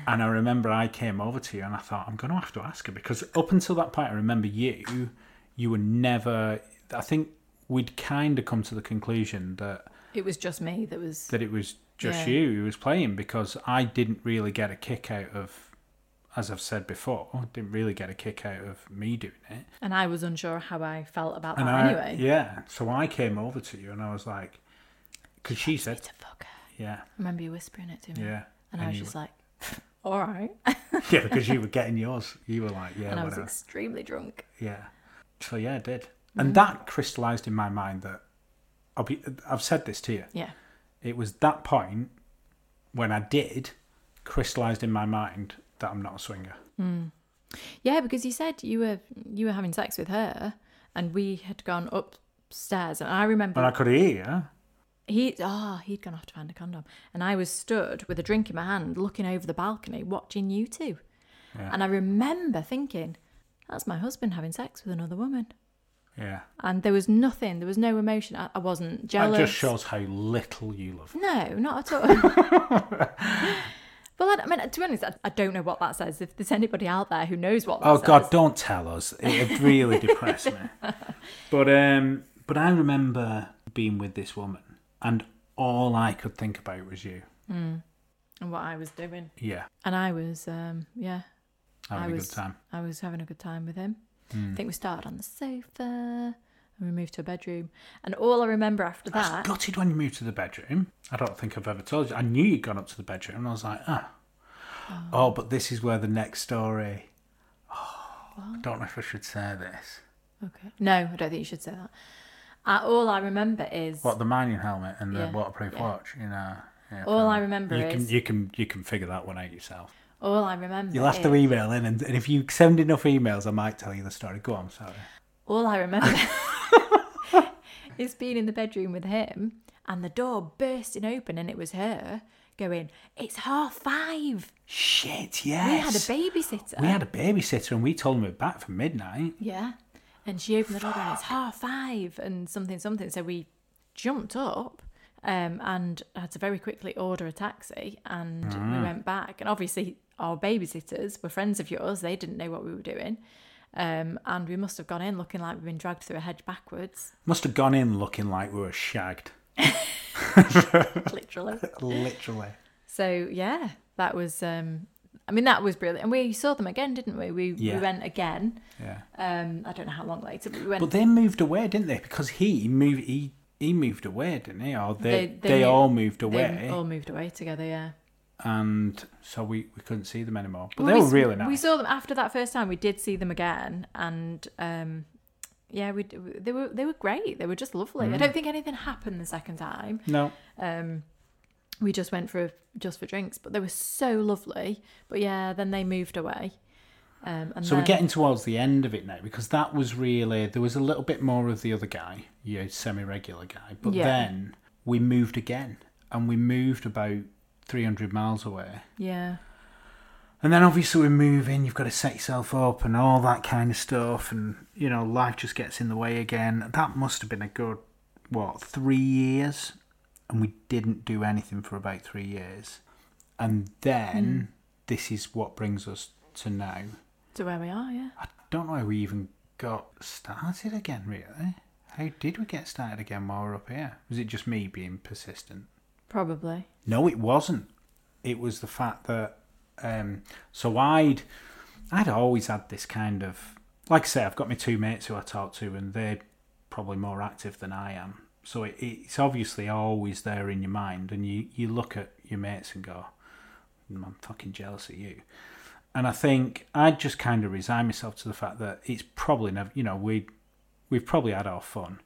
and I remember I came over to you and I thought, I'm going to have to ask her because up until that point, I remember you, you were never. I think we'd kind of come to the conclusion that It was just me that was. that it was just Yeah. you who was playing because I didn't really get a kick out of, as I've said before, didn't really get a kick out of me doing it. And I was unsure how I felt about that I, Oh, anyway. yeah. So I came over to you and I was like, because she said, It's a fucker. I yeah, remember you whispering it to me. yeah. And, I was you just like, all right. were- [LAUGHS] yeah, because you were getting yours. You were like, yeah, [LAUGHS] and [LAUGHS] I was whatever. extremely drunk. Yeah. So yeah, I did, and that crystallised in my mind that I'll be, I've said this to you. Yeah. It was that point when I did crystallised in my mind that I'm not a swinger. Yeah, because you said you were you were having sex with her, and we had gone upstairs, and I remember And I could hear you. he oh he'd gone off to find a condom, and I was stood with a drink in my hand, looking over the balcony, watching you two, Yeah. and I remember thinking, "That's my husband having sex with another woman," yeah. and there was nothing, there was no emotion. I, I wasn't jealous. That just shows how little you love. No, not [LAUGHS] at all. Well, I, I mean, to be honest, I, I don't know what that says. If there's anybody out there who knows what that Oh says, God, don't tell us. It really depressed [LAUGHS] me. But um, but I remember being with this woman, and all I could think about was you. and what I was doing, Yeah, and I was, um, yeah, having I a was, good time. Hmm. I was having a good time with him. I think we started on the sofa and we moved to a bedroom. And all I remember after I was that, gutted when you moved to the bedroom. I don't think I've ever told you. I knew you'd gone up to the bedroom, and I was like, ah. Oh, but this is where the next story. Oh, I don't know if I should say this. okay, no, I don't think you should say that. Uh, all I remember is What the mining helmet and the Yeah, waterproof yeah. watch, you know. Yeah, All fair I enough. remember you can is- you can you can figure that one out yourself. all I remember. You'll have is, to email in, and, and if you send enough emails, I might tell you the story. Go on, sorry. All I [LAUGHS] remember [LAUGHS] is being in the bedroom with him and the door bursting open, and it was her going, "It's half five. Shit, We had a yes. babysitter. We had a babysitter, and we told him we were back for midnight. Yeah. And she opened the door and it's half five and something, something. So we jumped up um, and had to very quickly order a taxi and we Mm. went back. And obviously, our babysitters were friends of yours. They didn't know what we were doing. Um, and we must have gone in looking like we've been dragged through a hedge backwards, Must have gone in looking like we were shagged, [LAUGHS] literally. literally. so, yeah, that was. Um, I mean that was brilliant, and we saw them again, didn't we? We, Yeah. we went again. Yeah. Um, I don't know how long later, but we went. But they moved away, didn't they? Because he moved. He he moved away, didn't he? Or they they, They- they moved- all moved they oh. away, all moved away together. Yeah. and so we, we couldn't see them anymore. But Well, they we were s- really We nice. saw them after that first time. We did see them again, and um, yeah, we d- they were they were great. They were just lovely. Mm. I don't think anything happened the second time. No, Um, we just went for just for drinks, but they were so lovely. But yeah, then they moved away. Um, and so we're then- getting towards the end of it now because that was really there was a little bit more of the other guy, your semi-regular guy. But Yeah. then we moved again, and we moved about three hundred miles away. yeah. And then obviously we're moving, you've got to set yourself up and all that kind of stuff, and you know, life just gets in the way again. That must have been a good, what, three years? And we didn't do anything for about three years. And then this is what brings us to now. To where we are, yeah. I don't know how we even got started again, really. How did we get started again while we're up here? Was it just me being persistent? Probably. No, it wasn't. It was the fact that um, so I'd I'd always had this kind of like I say, I've got my two mates who I talk to, and they're probably more active than I am. So it, it's obviously always there in your mind, and you you look at your mates and go, "Mm, "I'm fucking jealous of you." And I think I'd just kind of resign myself to the fact that it's probably never, you know, we we've probably had our fun.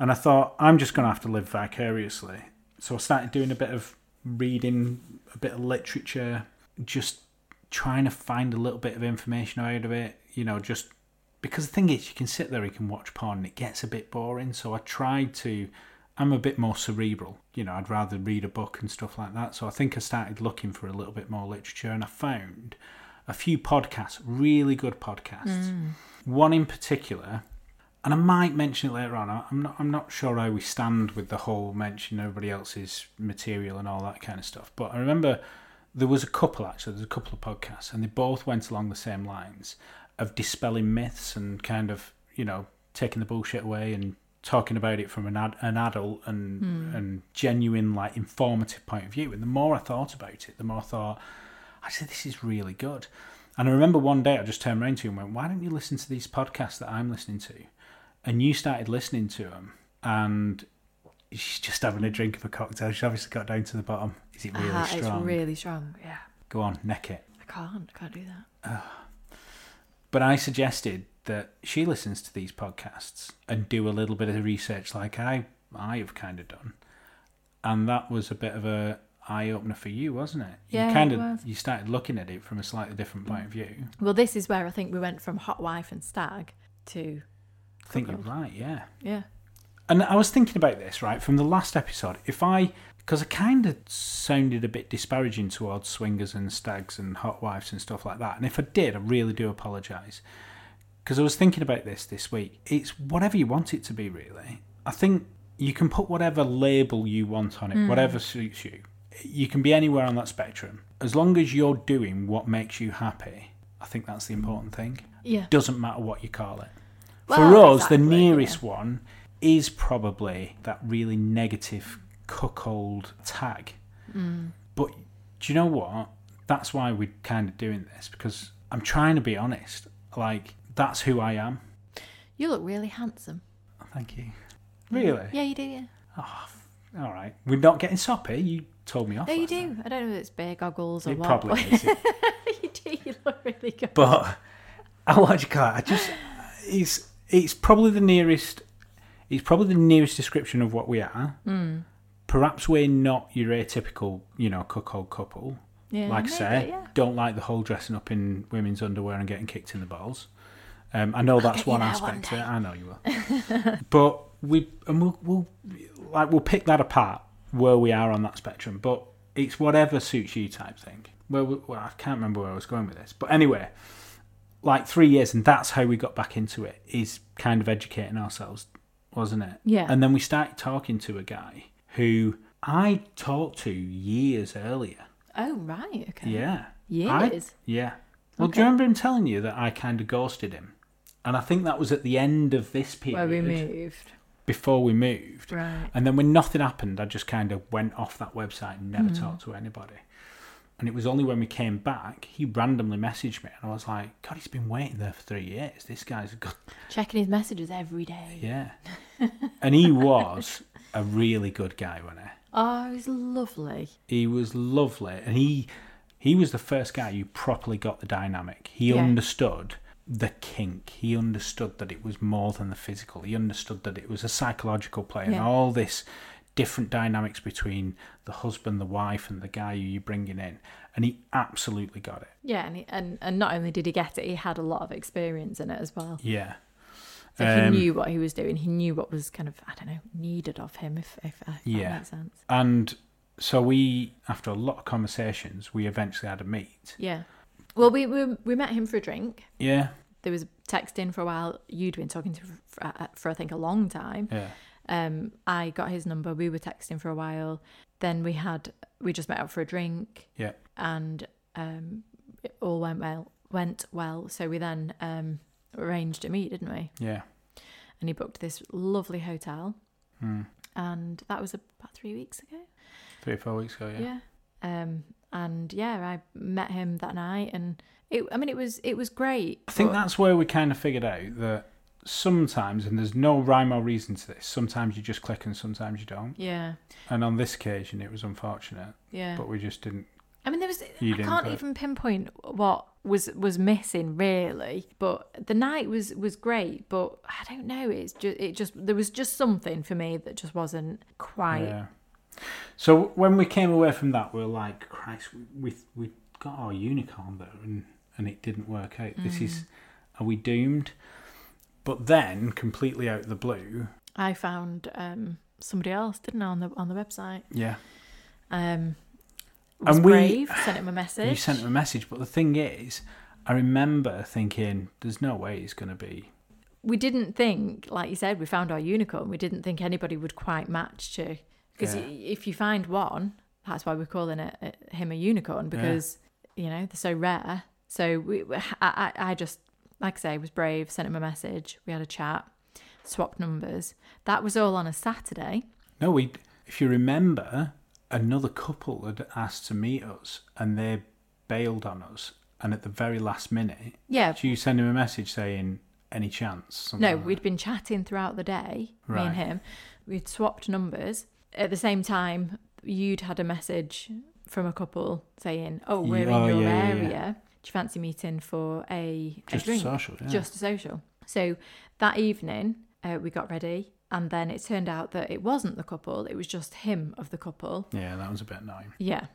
And I thought, I'm just going to have to live vicariously. So I started doing a bit of reading, a bit of literature, just trying to find a little bit of information out of it, you know, just because the thing is, you can sit there, you can watch porn, and it gets a bit boring. So I tried to, I'm a bit more cerebral, you know, I'd rather read a book and stuff like that. So I think I started looking for a little bit more literature and I found a few podcasts, really good podcasts. One in particular and I might mention it later on. I- I'm not. I'm not sure how we stand with the whole mention everybody else's material and all that kind of stuff. But I remember there was a couple actually. There's a couple of podcasts, and they both went along the same lines of dispelling myths and kind of you know taking the bullshit away and talking about it from an ad- an adult and and genuine like informative point of view. And the more I thought about it, the more I thought actually this is really good. And I remember one day I just turned around to him and went, "Why don't you listen to these podcasts that I'm listening to?" And you started listening to them, and she's just having a drink of a cocktail. She's obviously got down to the bottom. Is it really Ah, strong? It's really strong. Yeah, Go on, neck it. I can't. I can't do that. But I suggested that she listens to these podcasts and do a little bit of research, like I I have kind of done, and that was a bit of a eye opener for you, wasn't it? Yeah, you it kind of was. you started looking at it from a slightly different point of view. Well, this is where I think we went from hot wife and stag to I think you're Cuckold. right, yeah. yeah. And I was thinking about this, right, from the last episode. If I, because I kind of sounded a bit disparaging towards swingers and stags and hot wives and stuff like that. And if I did, I really do apologise. Because I was thinking about this this week. It's whatever you want it to be, really. I think you can put whatever label you want on it, whatever suits you. You can be anywhere on that spectrum. As long as you're doing what makes you happy, I think that's the important thing. Yeah. Doesn't matter what you call it. For Well, us, the exactly, nearest one is probably that really negative cuckold tag. Mm. But do you know what? That's why we're kind of doing this because I'm trying to be honest. Like, that's who I am. You look really handsome. Thank you. Really? Yeah, you do. Yeah. All right. We're not getting soppy. You told me off. No, you last time. do. I don't know if it's bear goggles or It what. Oh, probably is. yeah. [LAUGHS] you do. You look really good. But [LAUGHS] I what do you call it? I just it's it's probably the nearest it's probably the nearest description of what we are. Perhaps we're not your atypical, you know, cuckold couple. Yeah, like I maybe, say, yeah. don't like the whole dressing up in women's underwear and getting kicked in the balls. Um, I know that's get you one there aspect. one of it. I know you will. [LAUGHS] but we and we'll, we'll like we'll pick that apart where we are on that spectrum. But it's whatever suits you type thing. Well, we- well I can't remember where I was going with this, but anyway, like three years, and that's how we got back into it. Is kind of educating ourselves, wasn't it? Yeah. And then we started talking to a guy who I talked to years earlier. Oh right. Okay. Yeah. Years? I- yeah. Well, do you remember him telling you that I kind of ghosted him? And I think that was at the end of this period Where we moved. before we moved. Right. And then when nothing happened, I just kind of went off that website and Mm. never talked to anybody. And it was only when we came back, he randomly messaged me, and I was like, God, he's been waiting there for three years. This guy's a good. Checking his messages every day. Yeah. and he was a really good guy, wasn't he? Oh, he's lovely. He was lovely, and he he was the first guy who properly got the dynamic. He Yeah. understood the kink. He understood that it was more than the physical. He understood that it was a psychological play and Yeah. all this different dynamics between the husband, the wife, and the guy who you're bringing in. And he absolutely got it. Yeah, and, he, and and not only did he get it, he had a lot of experience in it as well. Yeah. So Um, he knew what he was doing. He knew what was kind of I don't know needed of him. If if, uh, if Yeah. that makes sense. And so we, after a lot of conversations, we eventually had a meet. Yeah. Well, we, we we met him for a drink. Yeah. There was texting for a while. You'd been talking to him for, uh, for I think a long time. Yeah. Um, I got his number. We were texting for a while. Then we had we just met up for a drink, Yeah. and um, it all went well. Went well. So we then um, arranged a meet, didn't we? Yeah. and he booked this lovely hotel. And that was about three weeks ago. Hmm. Three or four weeks ago. Yeah. Um. And yeah, I met him that night, and it. I mean, it was it was great. I think but- that's where we kind of figured out that sometimes, and there's no rhyme or reason to this, sometimes you just click and sometimes you don't. Yeah. And on this occasion, it was unfortunate, Yeah. but we just didn't. I mean, there was. You I didn't can't put- even pinpoint what was was missing really, but the night was was great. But I don't know. It's just it just there was just something for me that just wasn't quite. Yeah. So when we came away from that, we were like, Christ, we we, we got our unicorn though, and and it didn't work out. This Mm. is, are we doomed? But then, completely out of the blue, I found um somebody else, didn't I, on the on the website. yeah, Um, was And we- brave, sent him a [SIGHS] message. you sent him a message. But the thing is, I remember thinking, there's no way he's going to be we didn't think, like you said, we found our unicorn. We didn't think anybody would quite match to because Yeah. if you find one, that's why we're calling it, it- him a unicorn because you know they're so rare. So we, we- I, I, I just like I say, was brave. Sent him a message. We had a chat, swapped numbers. That was all on a Saturday. No, we. If you remember, another couple had asked to meet us, and they bailed on us. And at the very last minute, Yeah. did you send him a message saying, "Any chance?" Something No, like we'd been chatting throughout the day, me Right. and him. We'd swapped numbers. At the same time, you'd had a message from a couple saying, Oh, we're Yeah, in your yeah, yeah, area. yeah. Do you fancy meeting for a, that. just a drink? social. Yeah. Just a social. So that evening, uh, we got ready. And then it turned out that it wasn't the couple, it was just him of the couple. yeah, that was a bit annoying. Yeah.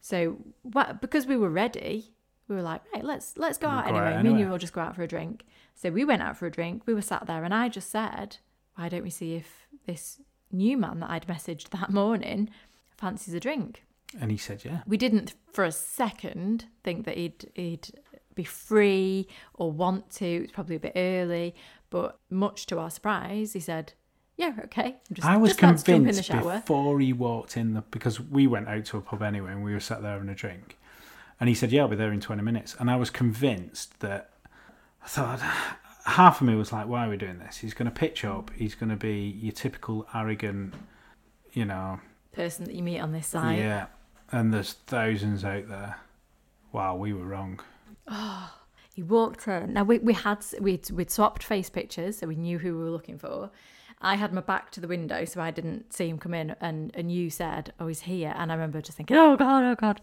So wha- because we were ready, we were like, right, let's let's go We'll out go out anyway. Me and you anyway. will just go out for a drink. So we went out for a drink. We were sat there, and I just said, why don't we see if this new man that I'd messaged that [LAUGHS] morning fancies a drink? And he said, "Yeah." We didn't for a second think that he'd he'd be free or want to. It was probably a bit early, but much to our surprise, he said, yeah, okay. I'm Just, I was just about to jump in the convinced shower. before he walked in the because we went out to a pub anyway and we were sat there having a drink, and he said, "Yeah, I'll be there in twenty minutes." And I was convinced that I thought half of me was like, "Why are we doing this? He's going to pitch up. He's going to be your typical arrogant, you know, Person that you meet on this side. yeah." And there's thousands out there. Wow, we were wrong. He walked in. Now we, we had we'd, we'd swapped face pictures, so we knew who we were looking for. I had my back to the window, so I didn't see him come in. And and you said, "Oh, he's here." And I remember just thinking, "Oh God, oh God."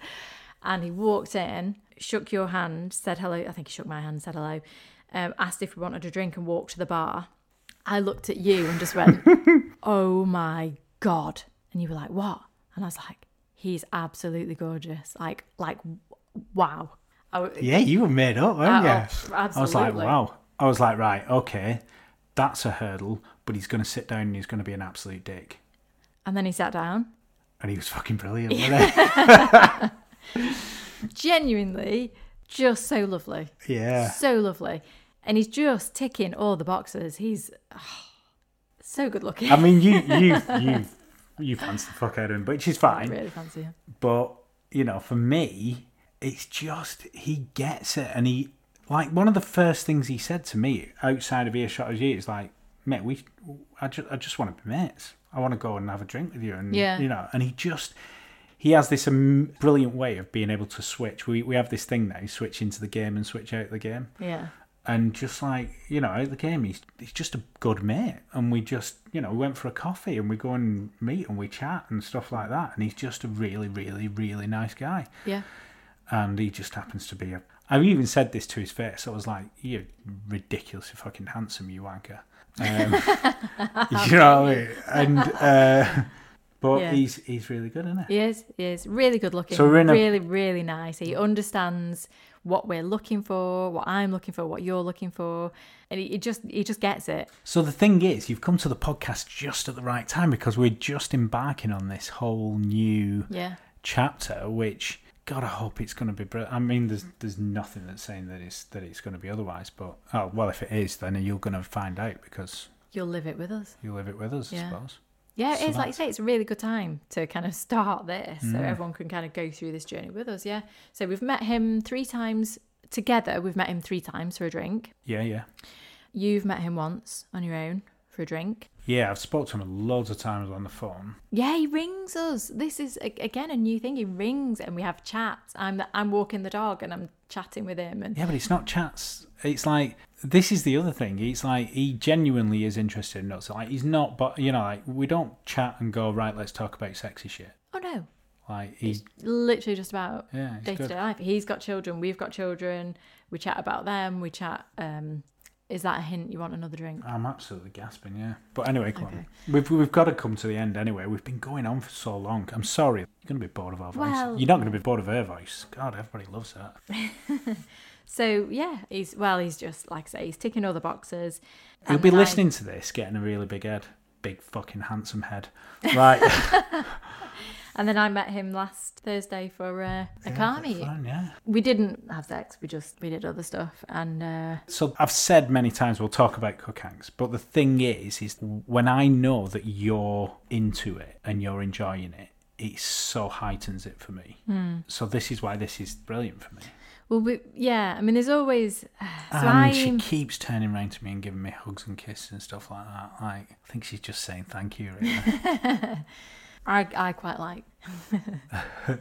And he walked in, shook your hand, said hello. I think he shook my hand, said hello, um, asked if we wanted a drink, and walked to the bar. I looked at you and just went, "Oh my God!" And you were like, "What?" And I was like, "He's absolutely gorgeous. Like, like, wow." I, w- Yeah, you were made up, weren't Uh, you? oh, I was like, absolutely. wow. I was like, right, okay, that's a hurdle, but he's going to sit down and he's going to be an absolute dick. And then he sat down. And he was fucking brilliant, wasn't he? Genuinely, just so lovely. yeah. So lovely. And he's just ticking all the boxes. He's [SIGHS] oh, so good looking. I mean, you, you, you, you fancy the fuck out of him, which is [LAUGHS] I fine. really fancy him. But, you know, for me, it's just, he gets it. And he, like, one of the first things he said to me outside of earshot of you is like, mate, we, I just, I just want to be mates. I want to go and have a drink with you. And, Yeah. you know, and he just, he has this um, brilliant way of being able to switch. We, we have this thing now, switch into the game and switch out the game. Yeah. and just like you know out the game he's, he's just a good mate and we just you know we went for a coffee and we go and meet and we chat and stuff like that and he's just a really really really nice guy Yeah. and he just happens to be a I even said this to his face. I was like, "You're ridiculously fucking handsome, you wanker." Um, [LAUGHS] you know, what I mean? and uh, but Yeah. he's he's really good, isn't he? He is. He is. Really good looking. So we're in a- really, really nice. He understands what we're looking for, what I'm looking for, what you're looking for. And he, he just he just gets it. So the thing is, you've come to the podcast just at the right time because we're just embarking on this whole new Yeah. chapter, which God, I hope it's going to be. Br- I mean, there's there's nothing that's saying that it's that it's going to be otherwise. But oh well, if it is, then you're going to find out because You'll live it with us. you live it with us, Yeah. I suppose. Yeah, it is. So Like you say, it's a really good time to kind of start this so Mm. everyone can kind of go through this journey with us. Yeah. So we've met him three times together. We've met him three times for a drink. Yeah, yeah, You've met him once on your own for a drink. yeah. I've spoke to him loads of times on the phone. Yeah, he rings us. This is a- again a new thing. He rings and we have chats. I'm the, I'm walking the dog and I'm chatting with him and Yeah, but it's not chats. It's like this is the other thing. It's like he genuinely is interested in us. Like he's not, but you know, like we don't chat and go right. Let's talk about sexy shit. oh no, Like he, literally just about yeah, he's day to good. day life. He's got children. We've got children. We chat about them. We chat. Um, is that a hint? You want another drink? I'm absolutely gasping, yeah. But anyway, come on. We've, we've got to come to the end anyway. We've been going on for so long. I'm sorry. You're going to be bored of our voice. Well- You're not going to be bored of her voice. God, everybody loves that. So yeah, he's well, he's just like I say, he's ticking all the boxes. You'll And be I- listening [LAUGHS] to this, getting a really big head. Big fucking handsome head. Right. And then I met him last Thursday for uh, a Yeah, car but meet. fun, yeah. We didn't have sex. We just we did other stuff, and uh, So I've said many times we'll talk about cookhangs, but the thing is, is when I know that you're into it and you're enjoying it, it so heightens it for me. Hmm. So this is why this is brilliant for me. well, we, yeah. I mean, there's always. uh, So Um, and I she keeps turning around to me and giving me hugs and kisses and stuff like that. Like I think she's just saying thank you. [LAUGHS] Really. I I quite like. Get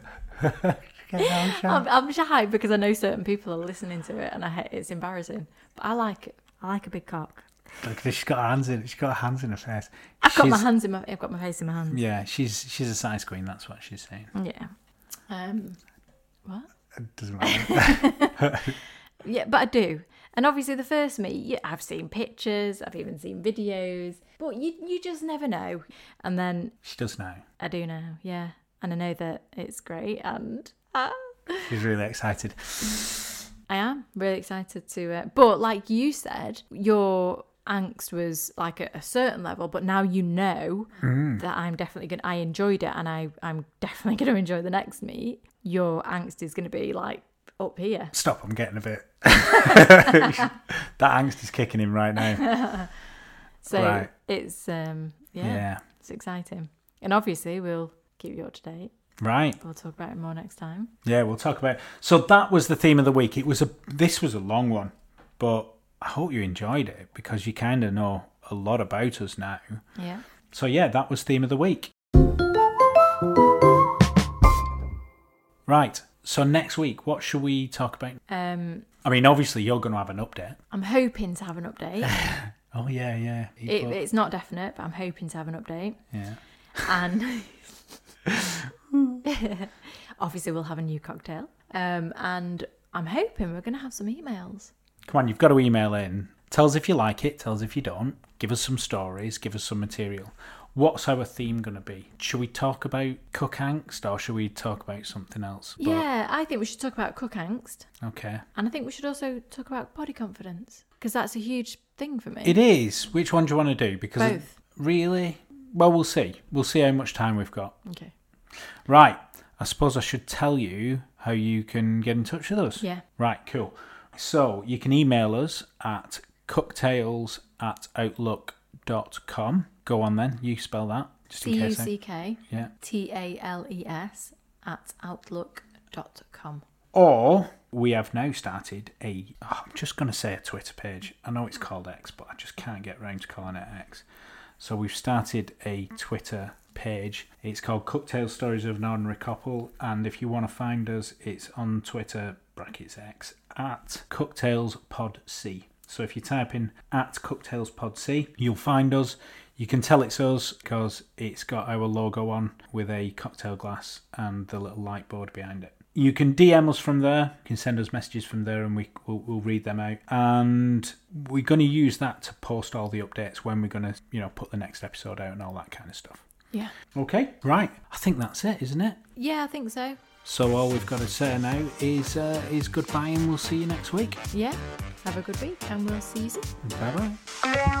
I'm, I'm shy because I know certain people are listening to it, and I ha- it's embarrassing. But I like it. I like a big cock. Look, she's got her hands in. She's got her hands in her face. I've got my She's- hands in my. I've got my face in my hands. Yeah, she's she's a size queen. That's what she's saying. Yeah. Um, what? It doesn't matter. [LAUGHS] Yeah, but I do. And obviously, the first meet, yeah, I've seen pictures, I've even seen videos, but you you just never know. And then she does now. I do now, yeah, and I know that it's great, and ah, She's really excited. I am really excited to. Uh, but like you said, your angst was like at a certain level, but now you know Mm. that I'm definitely gonna. I enjoyed it, and I I'm definitely [LAUGHS] gonna enjoy the next meet. Your angst is gonna be like up here. Stop, I'm getting a bit. [LAUGHS] that angst is kicking in right now. So Right. it's um Yeah. yeah, it's exciting. And obviously we'll keep you up to date. Right. We'll talk about it more next time. Yeah, we'll talk about So that was the theme of the week. It was a this was a long one, but I hope you enjoyed it because you kind of know a lot about us now. Yeah. So yeah, that was theme of the week. Right. So next week, what should we talk about? Um I mean, obviously you're going to have an update. I'm hoping to have an update. [LAUGHS] Oh yeah, yeah. it, But- it's not definite, but I'm hoping to have an update. yeah. [LAUGHS] And [LAUGHS] obviously we'll have a new cocktail. Um and I'm hoping we're gonna have some emails. Come on, you've got to email in. Tell us if you like it, tell us if you don't. Give us some stories, give us some material. What's our theme going to be? Should we talk about cook angst or should we talk about something else? But- yeah, I think we should talk about cook angst. okay. And I think we should also talk about body confidence. Because that's a huge thing for me. It is. Which one do you want to do? Because it- Both. really? Well, we'll see. We'll see how much time we've got. Okay. Right. I suppose I should tell you how you can get in touch with us. Yeah. Right, cool. So you can email us at cocktails at outlook.com. Go on then, you spell that. Just C in U case. eh? I- C K yeah. T A L E S at outlook.com. Or we have now started a, oh, I'm just going to say a Twitter page. I know it's called X, but I just can't get round to calling it X. So we've started a Twitter page. It's called Cocktail Stories of an Ordinary Couple. And if you want to find us, it's on Twitter, brackets X, at cocktailspodc. So if you type in at cocktailspodc, you'll find us. You can tell it's us because it's got our logo on with a cocktail glass and the little light board behind it. You can DM us from there. You can send us messages from there, and we we'll, we'll read them out. And we're going to use that to post all the updates when we're going to, you know, put the next episode out and all that kind of stuff. Yeah. Okay, right. I think that's it, isn't it? Yeah, I think so. So all we've got to say now is uh, is goodbye, and we'll see you next week. Yeah. Have a good week and we'll see you soon. Bye bye. Thank you.